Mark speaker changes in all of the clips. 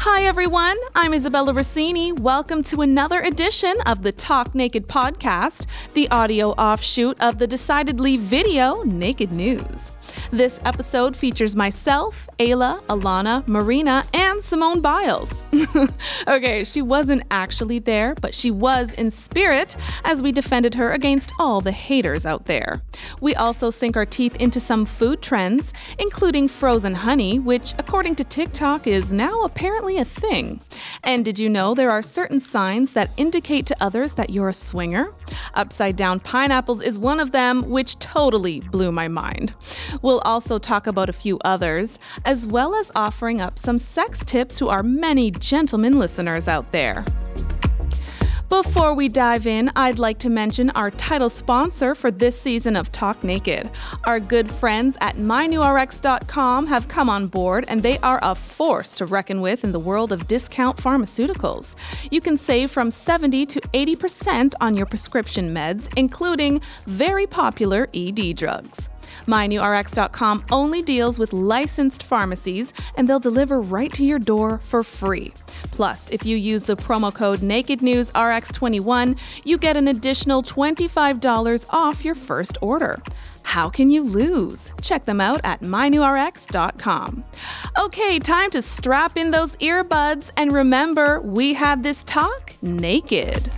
Speaker 1: Hi, everyone. I'm Isabella Rossini. Welcome to another edition of the Talk Naked podcast, the audio offshoot of the decidedly video Naked News. This episode features myself, Ayla, Alana, Marina, and Simone Biles. okay, she wasn't actually there, but she was in spirit as we defended her against all the haters out there. We also sink our teeth into some food trends, including frozen honey, which, according to TikTok, is now apparently a thing. And did you know there are certain signs that indicate to others that you're a swinger? Upside down pineapples is one of them, which totally blew my mind. We'll also talk about a few others, as well as offering up some sex tips to our many gentlemen listeners out there. Before we dive in, I'd like to mention our title sponsor for this season of Talk Naked. Our good friends at mynewrx.com have come on board and they are a force to reckon with in the world of discount pharmaceuticals. You can save from 70 to 80% on your prescription meds, including very popular ED drugs. MyNewRx.com only deals with licensed pharmacies and they'll deliver right to your door for free. Plus, if you use the promo code NakedNewsRx21, you get an additional $25 off your first order. How can you lose? Check them out at mynewrx.com. Okay, time to strap in those earbuds and remember we had this talk naked.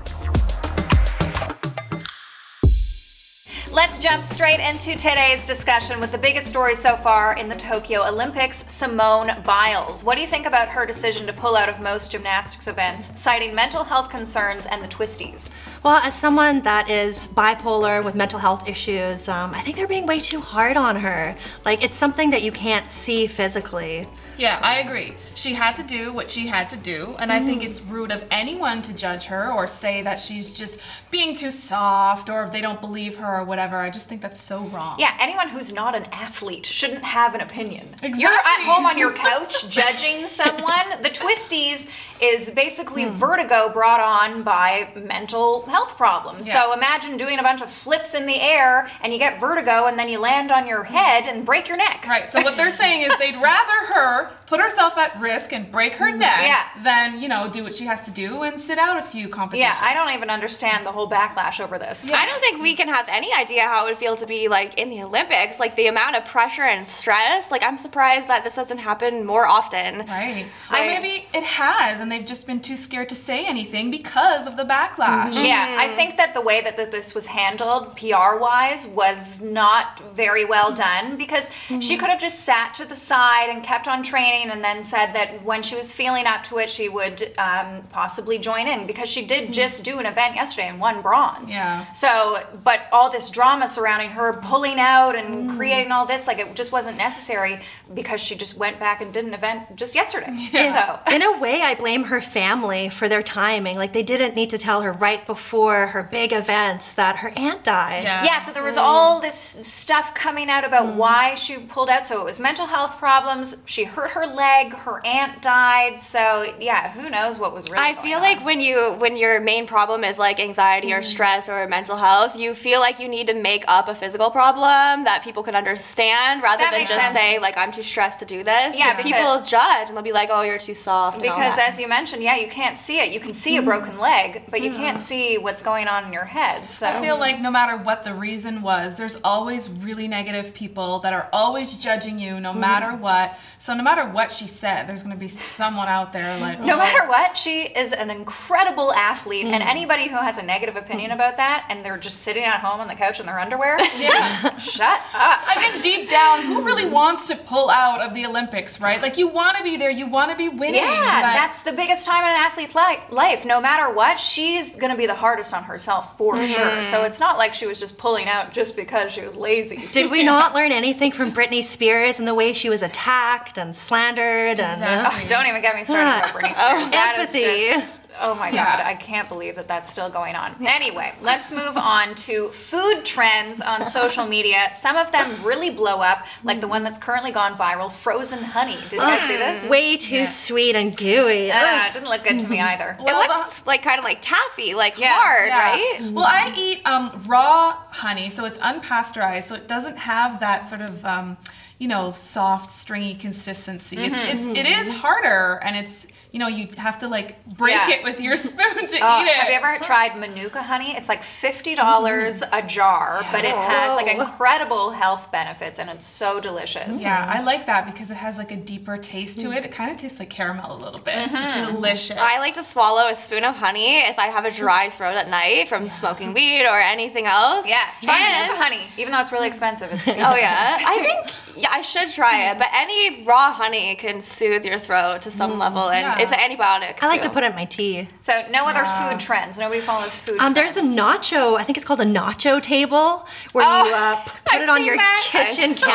Speaker 2: Let's jump straight into today's discussion with the biggest story so far in the Tokyo Olympics Simone Biles. What do you think about her decision to pull out of most gymnastics events, citing mental health concerns and the twisties?
Speaker 3: Well, as someone that is bipolar with mental health issues, um, I think they're being way too hard on her. Like, it's something that you can't see physically.
Speaker 4: Yeah, I agree. She had to do what she had to do, and I think
Speaker 2: Mm.
Speaker 4: it's rude of anyone to judge her or say that she's just being too soft or they don't believe her or whatever. I just think that's so wrong.
Speaker 2: Yeah, anyone who's not an athlete shouldn't have an opinion. You're at home on your couch judging someone. The twisties is basically
Speaker 4: Hmm.
Speaker 2: vertigo brought on by mental health problems. So
Speaker 4: Yeah.
Speaker 2: imagine doing a bunch of flips in the air and you get vertigo and then you land on your head and break your neck.
Speaker 4: Right, so what they're saying is they'd rather her put herself at risk and break her neck
Speaker 2: Mm-hmm. Yeah.
Speaker 4: than, you know, do what she has to do and sit out a few competitions.
Speaker 2: Yeah, I don't even understand the whole backlash over this.
Speaker 5: I don't think we can have any idea how it would feel to be like in the Olympics, like the amount of pressure and stress. Like I'm surprised that this doesn't happen more often.
Speaker 4: Right. Or
Speaker 5: Right.
Speaker 4: maybe it has, and they've just been too scared to say anything because of the backlash.
Speaker 2: Yeah,
Speaker 5: Mm.
Speaker 2: I think that the way that that this was handled, PR wise, was not very well done because
Speaker 5: Mm-hmm.
Speaker 2: she could have just sat to the side and kept on training and then said that when she was feeling up to it, she would um, possibly join in because she
Speaker 5: Mm-hmm.
Speaker 2: did just do an event yesterday and won bronze.
Speaker 4: Yeah.
Speaker 2: So, but all this drama surrounding her pulling out and
Speaker 5: Mm.
Speaker 2: creating all this, like it just wasn't necessary because she just went back and did an event just yesterday. So.
Speaker 3: In a way, I blame her family for their timing. Like, they didn't need to tell her right before her big events that her aunt died.
Speaker 4: Yeah.
Speaker 2: Yeah, so there was all this stuff coming out about why she pulled out. So it was mental health problems. She hurt her leg. Her aunt died. So yeah, who knows what was really.
Speaker 5: I
Speaker 2: going
Speaker 5: feel
Speaker 2: on.
Speaker 5: like when you when your main problem is like anxiety
Speaker 2: Mm.
Speaker 5: or stress or mental health, you feel like you need to make up a physical problem that people can understand rather
Speaker 2: That
Speaker 5: than
Speaker 2: makes
Speaker 5: just
Speaker 2: sense.
Speaker 5: say like I'm too stressed to do this.
Speaker 2: Yeah,
Speaker 5: because
Speaker 2: because-
Speaker 5: people judge and they'll be like, oh, you're too soft. and all
Speaker 2: because
Speaker 5: that.
Speaker 2: as you mentioned, yeah, you can't see it. You can see a broken leg, but you can't see what's going on in your head. So
Speaker 4: I feel like no matter what the reason was, there's always really negative people that are always judging you
Speaker 2: Mm-hmm.
Speaker 4: no matter what. So no matter what she said, there's gonna be someone out there like
Speaker 2: no
Speaker 4: "Oh,
Speaker 2: matter what, she is an incredible athlete, and anybody who has a negative opinion about that and they're just sitting at home on the couch in their underwear, yeah, shut up.
Speaker 4: I think deep down, who really wants to pull out of the Olympics, right? Like you want to be there, you want to be winning.
Speaker 2: Yeah,
Speaker 4: but
Speaker 2: that's the biggest time in an athlete's li- life. No matter what, she's going to be the hardest on herself for
Speaker 3: Mm-hmm.
Speaker 2: sure. So it's not like she was just pulling out just because she was lazy.
Speaker 3: Did we not learn anything from Britney Spears and the way she was attacked and slandered? And,
Speaker 4: Exactly.
Speaker 2: Oh, Don't even get me started about Britney Spears. That is
Speaker 3: Oh. empathy.
Speaker 2: just- oh my
Speaker 4: Yeah.
Speaker 2: god, I can't believe that that's still going on. Anyway, let's move on to food trends on social media. Some of them really blow up, like the one that's currently gone viral, frozen honey. Did you guys
Speaker 3: Mm.
Speaker 2: see this?
Speaker 3: uh, Way too sweet and gooey.
Speaker 2: Uh, it didn't look good to
Speaker 3: Mm-hmm.
Speaker 2: me either.
Speaker 4: Well,
Speaker 5: it
Speaker 4: the-
Speaker 5: looks like kind of like taffy, like
Speaker 2: Yeah,
Speaker 5: hard,
Speaker 4: Yeah.
Speaker 5: right?
Speaker 4: Well, I eat um, raw honey, so it's unpasteurized, so it doesn't have that sort of
Speaker 5: Mm-hmm.
Speaker 4: um, you know soft, stringy consistency. It's, it's it is harder, and it's you know, you have to like break
Speaker 2: Yeah.
Speaker 4: it with your spoon to
Speaker 2: Uh,
Speaker 5: Oh,
Speaker 4: eat it.
Speaker 2: Have you ever tried Manuka honey? It's like fifty dollars a jar, but it has like
Speaker 3: Whoa.
Speaker 2: incredible health benefits, and it's so delicious.
Speaker 4: Yeah, I like that because it has like a deeper taste to it. It kind of tastes like caramel a little bit. It's delicious.
Speaker 5: Mm-hmm. I like to swallow a spoon of honey if I have a dry throat at night from smoking weed or anything else.
Speaker 2: Yeah, try
Speaker 5: And-
Speaker 2: Manuka honey, even though it's really expensive. It's
Speaker 5: Oh yeah, I think yeah, I should try it. But any raw honey can soothe your throat to some level, and
Speaker 4: yeah.
Speaker 5: it's an antibiotic.
Speaker 3: Mm. I like
Speaker 5: too.
Speaker 3: to put it in my tea.
Speaker 2: so no other food trends. Nobody follows food.
Speaker 3: Um, there's a
Speaker 2: trends.
Speaker 3: nacho. I think it's called a nacho table where you
Speaker 2: Oh,
Speaker 3: uh, p- put it on your kitchen counter.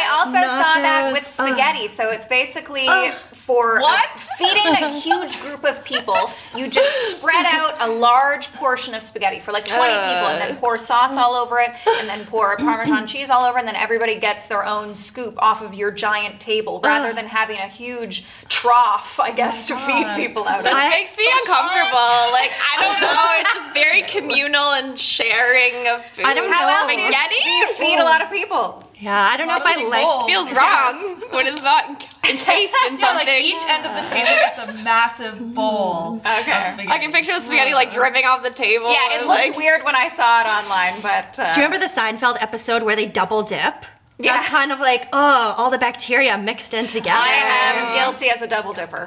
Speaker 2: I also saw that with
Speaker 3: Nachos. Uh. Oh. Ugh.
Speaker 2: spaghetti. So it's basically
Speaker 3: Ugh.
Speaker 2: for uh,
Speaker 4: What?
Speaker 2: feeding a huge group of people. You just spread out a large portion of spaghetti for like 20 people and then pour sauce all over it and then pour Parmesan cheese all over and then everybody gets their own scoop off of your giant table
Speaker 3: Uh.
Speaker 2: rather than having a huge trough, I
Speaker 3: Oh
Speaker 2: guess, to feed people out of.
Speaker 3: I-
Speaker 5: Makes me
Speaker 2: Oh,
Speaker 5: uncomfortable. Like I don't know. It's just very communal and sharing of food.
Speaker 3: I don't
Speaker 2: How
Speaker 3: know.
Speaker 2: else do you, do you feed a lot of people?
Speaker 3: yeah, I don't know if I
Speaker 4: It's
Speaker 3: like.
Speaker 4: bold.
Speaker 5: feels wrong when it's not enc- encased in something.
Speaker 4: Yeah, like each end of the table gets a massive bowl.
Speaker 5: Okay. I can picture the spaghetti like dripping off the table.
Speaker 2: Yeah, it
Speaker 5: and,
Speaker 2: looked
Speaker 5: like,
Speaker 2: weird when I saw it online, but uh,
Speaker 3: Do you remember the Seinfeld episode where they double dip?
Speaker 2: Yeah.
Speaker 3: That's kind of like, oh, all the bacteria mixed in together.
Speaker 2: I am guilty as a double dipper.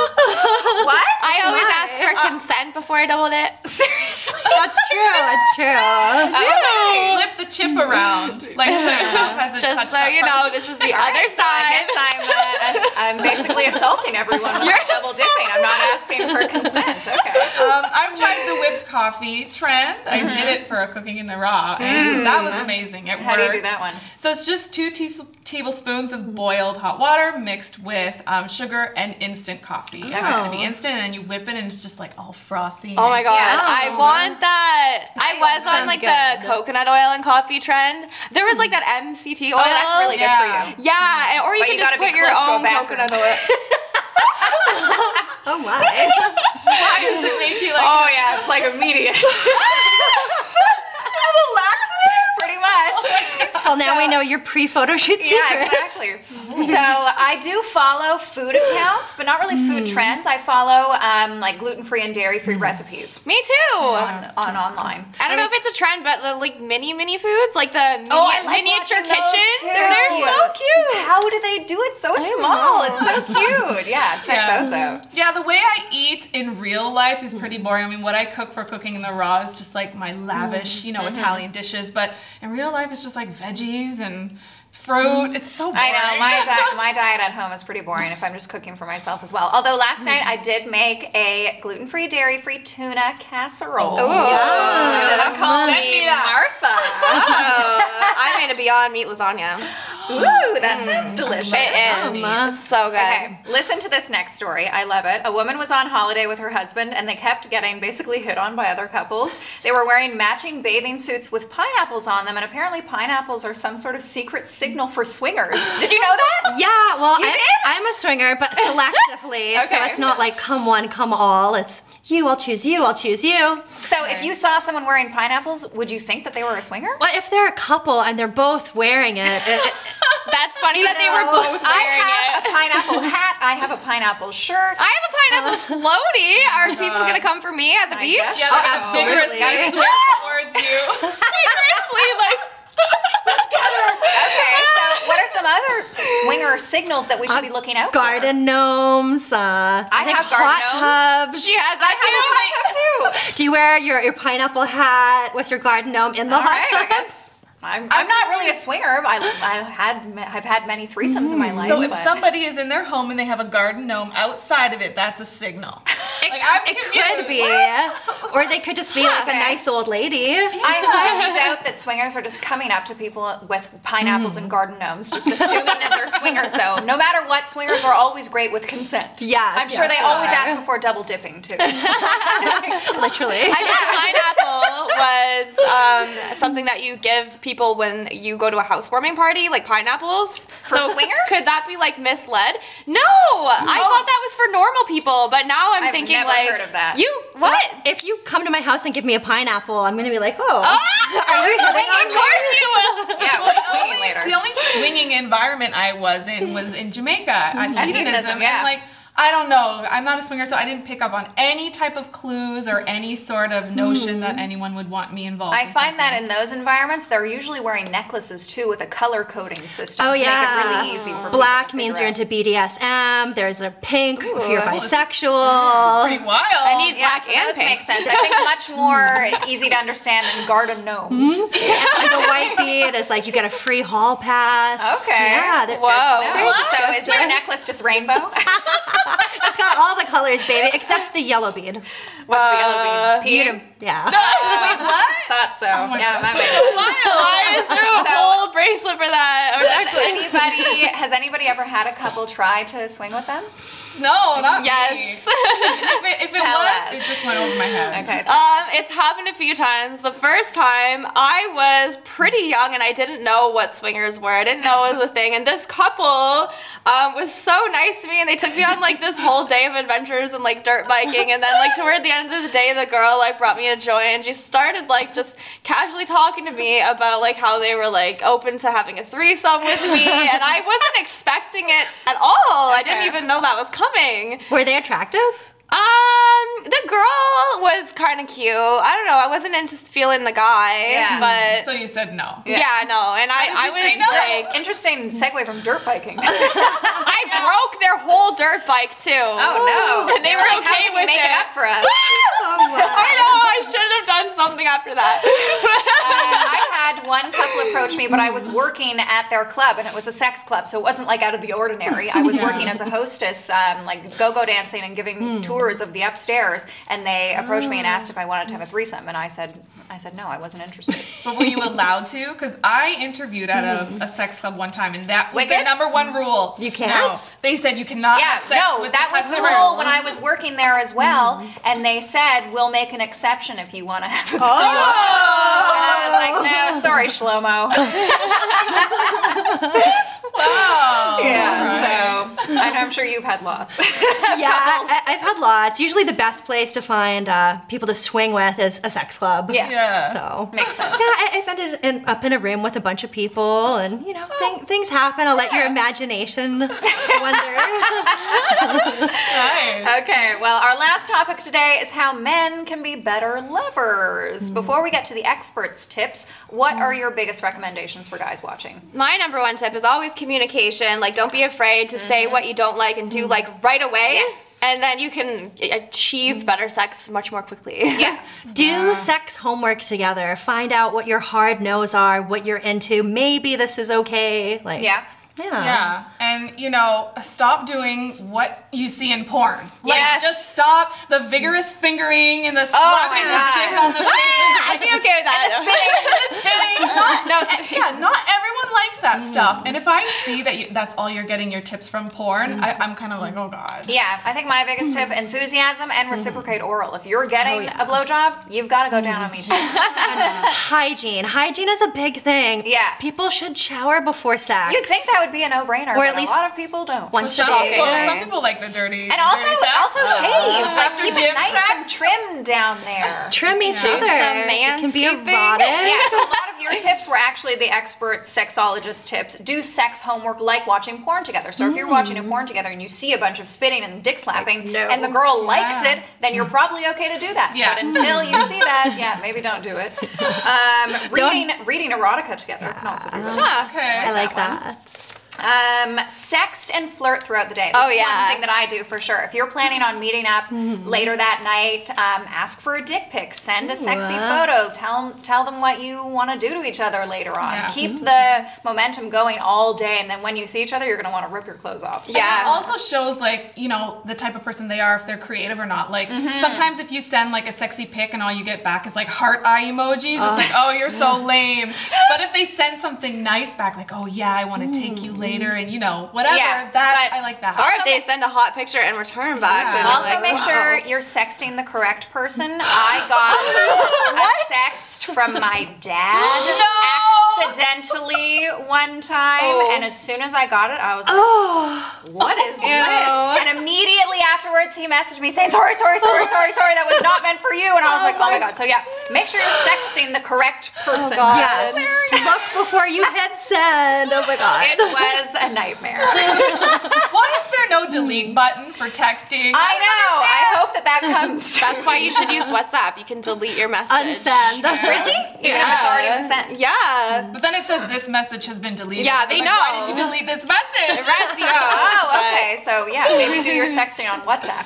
Speaker 2: what?
Speaker 5: I always
Speaker 3: Why?
Speaker 5: ask
Speaker 2: Uh,
Speaker 5: for consent before I double it.
Speaker 2: Seriously?
Speaker 3: That's true. It's true.
Speaker 4: Flip the chip around. Like so your mouth hasn't
Speaker 5: Just
Speaker 4: touched
Speaker 5: so
Speaker 4: that
Speaker 5: you
Speaker 4: part.
Speaker 5: know, this is the other
Speaker 2: So I
Speaker 5: side.
Speaker 2: guess I'm, uh, ass- I'm basically assaulting everyone when I'm double dipping. I'm not asking for consent. Okay.
Speaker 4: Um, I've tried the whipped coffee trend. I did it for a cooking in the raw, and that was amazing. It
Speaker 2: Mm-hmm. Mm. How do you do
Speaker 4: worked.
Speaker 2: that one?
Speaker 4: So it's just two teas tablespoons of boiled hot water mixed with um, sugar and instant coffee. It
Speaker 2: Oh.
Speaker 4: has to be instant, and then you whip it, and it's just like all frothy.
Speaker 5: Oh my god,
Speaker 2: Yeah.
Speaker 5: I want that. I was on
Speaker 3: sounds
Speaker 5: like the
Speaker 3: good.
Speaker 5: coconut oil and coffee trend. There was like that MCT oil.
Speaker 2: Oh, that's really good
Speaker 4: Yeah.
Speaker 2: for you.
Speaker 5: Yeah, and- or you
Speaker 2: But
Speaker 5: can
Speaker 2: you
Speaker 5: just
Speaker 2: gotta be
Speaker 5: put your
Speaker 2: close to a
Speaker 5: own
Speaker 2: bathroom.
Speaker 5: coconut oil.
Speaker 3: Oh my.
Speaker 4: Why does it make you like?
Speaker 2: Oh yeah, it's like immediate. Pretty
Speaker 4: Oh,
Speaker 2: much.
Speaker 3: Well, now we know your pre-photo shoot secret.
Speaker 2: Yeah, exactly. so I do follow food accounts, but not really
Speaker 4: Mm.
Speaker 2: food trends. I follow um, like gluten-free and dairy-free recipes
Speaker 5: Me too.
Speaker 2: on,
Speaker 4: Mm.
Speaker 2: on online.
Speaker 5: I don't know if it's a trend, but the like mini mini foods, like the mini,
Speaker 2: Oh, I like
Speaker 5: miniature
Speaker 2: watching those too.
Speaker 5: kitchen—they're so cute.
Speaker 2: How do they do it so small? It's so cute. Yeah, check
Speaker 4: Yeah.
Speaker 2: those out.
Speaker 4: Yeah, the way I eat in real life is pretty boring. I mean, what I cook for cooking in the raw is just like my
Speaker 2: Mm.
Speaker 4: lavish, you know,
Speaker 2: Mm-hmm.
Speaker 4: Italian dishes. But in real life, it's just like veggies and fruit. It's so boring.
Speaker 2: Mm-hmm. I know my di- my diet at home is pretty boring if I'm just cooking for myself as well. Although last night I did make a gluten-free, dairy-free tuna casserole.
Speaker 5: Ooh.
Speaker 2: That I'm calling
Speaker 4: Send me
Speaker 2: me
Speaker 4: that.
Speaker 2: Martha.
Speaker 5: I made a Beyond Meat lasagna.
Speaker 2: Ooh, that sounds delicious.
Speaker 5: It is
Speaker 3: Ma.
Speaker 5: It's so good.
Speaker 2: Okay, listen to this next story. I love it. A woman was on holiday with her husband and they kept getting basically hit on by other couples. They were wearing matching bathing suits with pineapples on them, and apparently, pineapples are some sort of secret signal for swingers. Did you know that?
Speaker 3: Yeah, well,
Speaker 2: You
Speaker 3: I'm,
Speaker 2: did?
Speaker 3: I'm a swinger, but selectively. So
Speaker 2: Okay.
Speaker 3: it's not like come one, come all. It's you, I'll choose you, I'll choose you.
Speaker 2: So, if you saw someone wearing pineapples, would you think that they were a swinger?
Speaker 3: Well, if they're a couple and they're both wearing it, it-
Speaker 5: That's funny that they were
Speaker 3: know,
Speaker 5: both
Speaker 2: I
Speaker 5: wearing
Speaker 2: have
Speaker 5: it.
Speaker 2: a pineapple hat, I have a pineapple shirt.
Speaker 5: I have a pineapple floaty. Are people gonna come for me at the
Speaker 2: I
Speaker 5: beach?
Speaker 2: guess so.
Speaker 4: Yeah, like
Speaker 3: Oh,
Speaker 4: a vigorous
Speaker 3: absolutely.
Speaker 4: guy swims towards you.
Speaker 5: Seriously, like Oh,
Speaker 2: Okay, so what are some other swinger signals that we should be looking out for?
Speaker 3: garden gnomes, uh, I,
Speaker 2: I
Speaker 3: think
Speaker 2: have garden
Speaker 3: hot tubs.
Speaker 5: she has that too.
Speaker 3: Do you wear your, your pineapple hat with your garden gnome in the
Speaker 2: All
Speaker 3: hot
Speaker 2: right, I
Speaker 3: tub?
Speaker 2: guess. I'm, I'm not really a swinger. I, I had ma- I've had many threesomes in my
Speaker 3: Hmm.
Speaker 2: life.
Speaker 4: So if
Speaker 2: but-
Speaker 4: somebody is in their home and they have a garden gnome outside of it, that's a signal.
Speaker 5: It-
Speaker 4: Like, I'm
Speaker 3: It
Speaker 4: confused.
Speaker 3: could be. Or they could just be like a
Speaker 2: Okay.
Speaker 3: nice old lady.
Speaker 2: I highly doubt that swingers are just coming up to people with pineapples
Speaker 3: Hmm.
Speaker 2: and garden gnomes, just assuming that they're swingers. Though, no matter what, swingers are always great with consent.
Speaker 3: Yes,
Speaker 2: I'm sure
Speaker 3: yes,
Speaker 2: they
Speaker 3: they
Speaker 2: always
Speaker 3: are.
Speaker 2: ask before double dipping too.
Speaker 3: Literally.
Speaker 5: I thought pineapple was um, something that you give people when you go to a housewarming party, like pineapples.
Speaker 2: For
Speaker 5: so
Speaker 2: swingers?
Speaker 5: could that be like misled? No, I thought that was for normal people, but now I'm
Speaker 2: I've
Speaker 5: thinking
Speaker 2: never
Speaker 5: like
Speaker 2: heard of that.
Speaker 5: you what?
Speaker 3: If you come to my house and give me a pineapple, I'm gonna be like, oh, are you hitting on
Speaker 5: of course you will.
Speaker 2: Yeah, we're swinging later.
Speaker 4: The only swinging environment I was in was in Jamaica at
Speaker 2: At
Speaker 4: hedonism,
Speaker 2: hedonism, yeah.
Speaker 4: and like I don't know. I'm not a swinger, so I didn't pick up on any type of clues or any sort of notion that anyone would want me involved.
Speaker 2: I
Speaker 4: in
Speaker 2: find that in those environments, they're usually wearing necklaces too with a color coding system.
Speaker 3: Oh,
Speaker 2: to
Speaker 3: yeah.
Speaker 2: Make it really easy for people to
Speaker 3: Black
Speaker 2: figure
Speaker 3: means you're
Speaker 2: out.
Speaker 3: into BDSM. There's a pink if you're
Speaker 5: Ooh.
Speaker 4: something.
Speaker 3: bisexual.
Speaker 4: pretty wild.
Speaker 5: I need
Speaker 2: Yeah,
Speaker 5: black
Speaker 2: so
Speaker 5: and
Speaker 2: those
Speaker 5: pink.
Speaker 2: make sense. I think much more easy to understand than garden gnomes.
Speaker 5: Hmm?
Speaker 3: and the white bead is like you get a free hall pass.
Speaker 2: Okay.
Speaker 3: Yeah. there-
Speaker 5: Whoa.
Speaker 2: So is your necklace just rainbow?
Speaker 5: Uh,
Speaker 3: It's got all the colors, baby, except the yellow bead.
Speaker 2: What's the yellow bean?
Speaker 3: You
Speaker 2: Peter?
Speaker 3: don't- yeah.
Speaker 4: Wait, what?
Speaker 2: Thought so.
Speaker 5: oh
Speaker 4: my
Speaker 2: yeah,
Speaker 4: God.
Speaker 2: my bad.
Speaker 5: Why is there a
Speaker 2: So-
Speaker 5: whole bracelet for that or necklace?
Speaker 2: Anybody has anybody ever had a couple try to swing with them?
Speaker 4: No, not me. If
Speaker 5: Yes.
Speaker 4: it, if it
Speaker 2: Tell
Speaker 4: was,
Speaker 2: us.
Speaker 4: it just went over my head.
Speaker 2: Okay.
Speaker 5: Um, it's happened a few times. The first time I was pretty young and I didn't know what swingers were. I didn't know it was a thing. And this couple um, was so nice to me and they took me on like this whole day of adventures and like dirt biking. And then like toward the end of the day, the girl like brought me a joy and she started like just casually talking to me about like how they were like open to having a threesome with me. And I wasn't expecting it at all. I didn't
Speaker 2: Okay.
Speaker 5: even know that was coming.
Speaker 3: Were they attractive?
Speaker 5: Um, the girl was kind of cute. I don't know. I wasn't into feeling the guy,
Speaker 2: Yeah.
Speaker 5: but
Speaker 4: So you said no.
Speaker 5: yeah. no. And I, I was
Speaker 2: Interesting-
Speaker 5: like, Oh,
Speaker 2: interesting segue from dirt biking.
Speaker 5: I broke their whole dirt bike too.
Speaker 2: Oh no!
Speaker 5: And they
Speaker 2: They're
Speaker 5: were
Speaker 2: like,
Speaker 5: okay
Speaker 2: How can
Speaker 5: with
Speaker 2: you make it.
Speaker 5: it.
Speaker 2: up for us.
Speaker 3: Oh,
Speaker 5: I know. I should have done something after that.
Speaker 2: Uh, I had one couple approach me, but I was working at their club, and it was a sex club, so it wasn't like out of the ordinary. I was working as a hostess, um, like go-go dancing and giving
Speaker 4: Hmm.
Speaker 2: tours of the upstairs. And they approached me and
Speaker 4: Oh.
Speaker 2: asked if I wanted to have a threesome, and I said, I said no, I wasn't interested.
Speaker 4: But were you allowed to? Because I interviewed at a, a sex club one time, and that was the
Speaker 2: Wicked?
Speaker 4: number one rule.
Speaker 3: You
Speaker 4: No.
Speaker 3: can't?
Speaker 4: They said you cannot
Speaker 2: Yeah,
Speaker 4: have sex
Speaker 2: no,
Speaker 4: with
Speaker 2: that
Speaker 4: the
Speaker 2: was the
Speaker 4: customers. Hmm.
Speaker 2: rule when I was working there as well, and they said we'll make an exception if you want to have a
Speaker 4: Oh.
Speaker 2: threesome." And I was like, no, sorry, Shlomo.
Speaker 4: Wow.
Speaker 2: Yeah, so and I'm sure you've had lots.
Speaker 3: yeah, I, I've had lots. Usually, the best place to find uh, people to swing with is a sex club.
Speaker 2: Yeah.
Speaker 4: Yeah.
Speaker 3: So
Speaker 2: Makes sense.
Speaker 3: Yeah, I, I've ended in, up in a room with a bunch of people, and you
Speaker 2: Oh.
Speaker 3: know, thing, things happen. I'll let your imagination wonder.
Speaker 4: Nice.
Speaker 2: Okay, well, our last topic today is how men can be better lovers. Before we get to the experts' tips, what are your biggest recommendations for guys watching?
Speaker 5: my number one tip is always communication. Like, don't be afraid to say what you don't like and do like right
Speaker 2: Mm-hmm.
Speaker 5: away.
Speaker 2: Yes.
Speaker 5: And then you can achieve better sex much more quickly.
Speaker 2: Yeah.
Speaker 3: Do sex homework together. Find out what your hard no's are, what you're into. Maybe this is okay. Like,
Speaker 2: Yeah.
Speaker 3: yeah,
Speaker 4: Yeah, and you know, stop doing what you see in porn. Like,
Speaker 5: Yes.
Speaker 4: just stop the vigorous fingering and the
Speaker 5: my
Speaker 4: slapping the
Speaker 5: God.
Speaker 4: dick on the face.
Speaker 5: I'd be okay with that.
Speaker 4: Spitting.
Speaker 5: no,
Speaker 4: yeah, not everyone likes that stuff. And if I see that you, that's all you're getting your tips from porn, I, I'm kind of like, oh god.
Speaker 2: Yeah, I think my biggest tip enthusiasm and reciprocate oral. If you're getting a blowjob, you've got to go down on me. too.
Speaker 3: Hygiene. Hygiene is a big thing.
Speaker 2: Yeah.
Speaker 3: people should shower before sex.
Speaker 2: You'd think that would be a no brainer,
Speaker 3: Or
Speaker 2: but
Speaker 3: at
Speaker 2: a
Speaker 3: least
Speaker 2: lot of people don't.
Speaker 3: once a
Speaker 4: Some people,
Speaker 3: day.
Speaker 4: some people like the dirty.
Speaker 2: and also,
Speaker 4: dirty sex.
Speaker 2: also shave. Like,
Speaker 4: After
Speaker 2: keep
Speaker 4: gym
Speaker 2: it nice
Speaker 4: sex?
Speaker 2: and trim down there.
Speaker 3: Trim each
Speaker 4: Do
Speaker 3: other.
Speaker 5: some
Speaker 3: It can be
Speaker 5: manscaping.
Speaker 3: erotic.
Speaker 2: Yeah, so a lot of your tips were actually the expert sexologist tips. Do sex homework like watching porn together. So if you're watching a
Speaker 4: Mm.
Speaker 2: porn together and you see a bunch of spitting and dick slapping
Speaker 3: no.
Speaker 2: and the girl likes
Speaker 4: Yeah.
Speaker 2: it, then you're probably okay to do that.
Speaker 4: Yeah.
Speaker 2: But until you see that, yeah, maybe don't do it. Um, reading reading erotica together can also be really
Speaker 4: okay.
Speaker 3: I like that.
Speaker 2: um, sext and flirt throughout the day. This
Speaker 5: Oh,
Speaker 2: is
Speaker 5: yeah.
Speaker 2: one thing that I do for sure. If you're planning on meeting up later that night, um, ask for a dick pic. Send a sexy photo. Tell tell them what you want to do to each other later on.
Speaker 4: Yeah.
Speaker 5: Mm-hmm.
Speaker 2: Keep the momentum going all day, and then when you see each other, you're gonna want to rip your clothes off.
Speaker 5: Yeah.
Speaker 4: It also shows like you know the type of person they are if they're creative or not. Like sometimes if you send like a sexy pic and all you get back is like heart eye emojis, it's like oh you're so lame. But if they send something nice back, like oh yeah I want to take you later and you know whatever
Speaker 2: Yeah,
Speaker 4: that
Speaker 2: but-
Speaker 4: I like that.
Speaker 5: Or if they send a hot picture and return back.
Speaker 4: Yeah.
Speaker 5: then you're
Speaker 2: Also,
Speaker 5: like,
Speaker 2: make
Speaker 5: wow.
Speaker 2: sure you're sexting the correct person. I got a sext from my dad.
Speaker 4: No!
Speaker 2: accidentally one time,
Speaker 5: Oh.
Speaker 2: and as soon as I got it, I was like,
Speaker 3: Oh,
Speaker 2: "What is
Speaker 5: Ew.
Speaker 2: this?" And immediately afterwards, he messaged me saying, "Sorry, sorry, sorry, sorry, sorry. That was not meant for you." And I was like, "Oh my Oh god!" So yeah, make sure you're sexting the correct person.
Speaker 5: God.
Speaker 3: yes. Look before you hit send. Oh my god.
Speaker 2: It was a nightmare.
Speaker 4: Why is there no delete button for texting?
Speaker 2: I know. I hope that that comes.
Speaker 5: That's why you should use WhatsApp. You can delete your message.
Speaker 3: Unsend.
Speaker 2: really, even if it's already been sent.
Speaker 5: Yeah.
Speaker 4: But then it says this message has been deleted.
Speaker 5: Yeah, they
Speaker 4: Like, Why
Speaker 5: know.
Speaker 4: did you delete this message?
Speaker 5: Razio.
Speaker 2: Oh, okay. So yeah, maybe do your sexting on WhatsApp.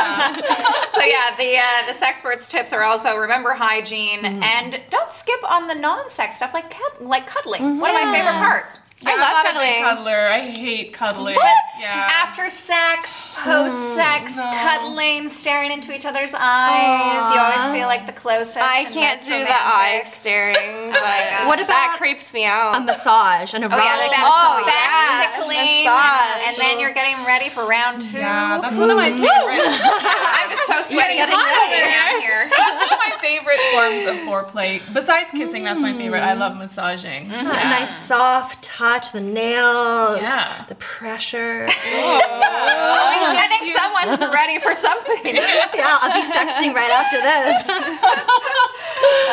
Speaker 2: so yeah, the uh, the sexperts tips are also remember hygiene and don't skip on the non-sex stuff like cat- like cuddling. One of my favorite parts.
Speaker 5: I
Speaker 4: I'm
Speaker 5: love
Speaker 4: not a big
Speaker 5: cuddling.
Speaker 4: cuddler. I hate cuddling. Yeah.
Speaker 2: After sex,
Speaker 5: Mm,
Speaker 2: post sex, cuddling, staring into each other's eyes. You always feel like the closest.
Speaker 5: I
Speaker 2: and
Speaker 5: can't
Speaker 2: most
Speaker 5: do the
Speaker 2: romantic.
Speaker 5: eye staring, but
Speaker 3: What
Speaker 5: that
Speaker 3: about
Speaker 5: creeps me out.
Speaker 3: A massage, an erotic.
Speaker 2: Oh, yeah, back,
Speaker 5: Oh,
Speaker 2: back
Speaker 5: yeah.
Speaker 2: tickling,
Speaker 5: Massage.
Speaker 2: and then you're getting ready for round two.
Speaker 4: Yeah, that's one of my favorite.
Speaker 2: I'm just so sweaty.
Speaker 3: getting
Speaker 2: hot
Speaker 3: ready.
Speaker 2: down here.
Speaker 4: That's one of my favorite forms of foreplay. Besides kissing, that's my favorite. I love
Speaker 3: A
Speaker 4: massaging. Yeah.
Speaker 3: Mm-hmm. nice soft touch, the nails,
Speaker 4: Yeah.
Speaker 3: the pressure.
Speaker 2: I think someone's ready for something.
Speaker 3: yeah, I'll be sexting right after this.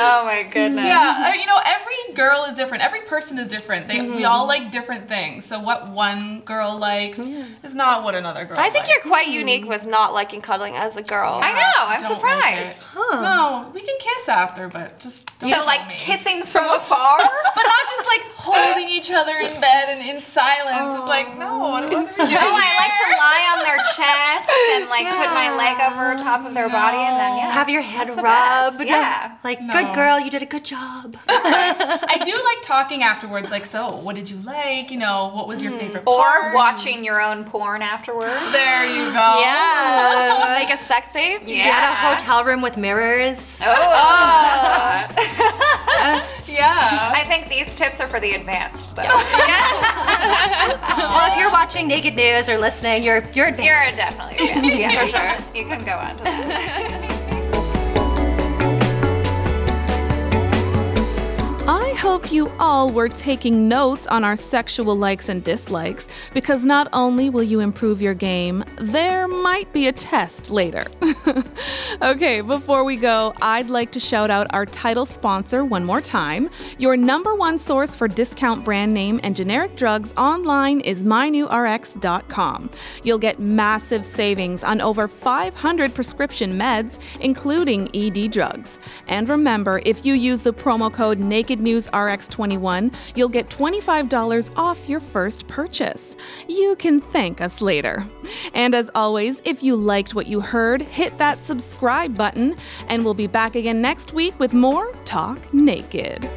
Speaker 2: Oh my goodness.
Speaker 4: Yeah, uh, you know, every girl is different. Every person is different. They, We all like different things. So what one girl likes is not what another girl.
Speaker 5: I think
Speaker 4: likes.
Speaker 5: you're quite unique with not liking cuddling as a girl.
Speaker 2: I know. I'm
Speaker 4: Don't like
Speaker 2: surprised.
Speaker 4: it. No, we can kiss after, but just don't
Speaker 2: So
Speaker 4: kiss
Speaker 2: like
Speaker 4: me.
Speaker 2: kissing from afar.
Speaker 4: but not just like holding each other in bed and in silence. It's like no, what, what are we doing?
Speaker 2: Oh, I like to lie on their chest and like put my leg over top of their body and then yeah.
Speaker 3: Have your head
Speaker 2: That's the best,
Speaker 3: rubbed.
Speaker 2: yeah.
Speaker 3: Like,
Speaker 4: No.
Speaker 3: good girl, you did a good job.
Speaker 4: I do like talking afterwards. Like, so what did you like? You know, what was your favorite?
Speaker 2: or
Speaker 4: part?
Speaker 2: watching your own porn afterwards.
Speaker 4: There you go.
Speaker 2: Oh.
Speaker 5: Yeah. like a sex tape?
Speaker 3: Get a hotel room with mirrors.
Speaker 2: Oh,
Speaker 4: Yeah.
Speaker 2: I think these tips are for the advanced though.
Speaker 3: Well, if you're watching Naked News or listening, you're you're advanced.
Speaker 2: You're definitely advanced. Yeah,
Speaker 5: For sure.
Speaker 2: You can go on to that.
Speaker 1: I hope you all were taking notes on our sexual likes and dislikes because not only will you improve your game, there might be a test later. okay, before we go, I'd like to shout out our title sponsor one more time. Your number one source for discount brand name and generic drugs online is mynewrx.com. You'll get massive savings on over 500 prescription meds, including ED drugs. And remember, if you use the promo code NakedNewsRx21, you'll get $25 off your first purchase. You can thank us later. And as always, if you liked what you heard, hit that subscribe button, and we'll be back again next week with more Talk Naked.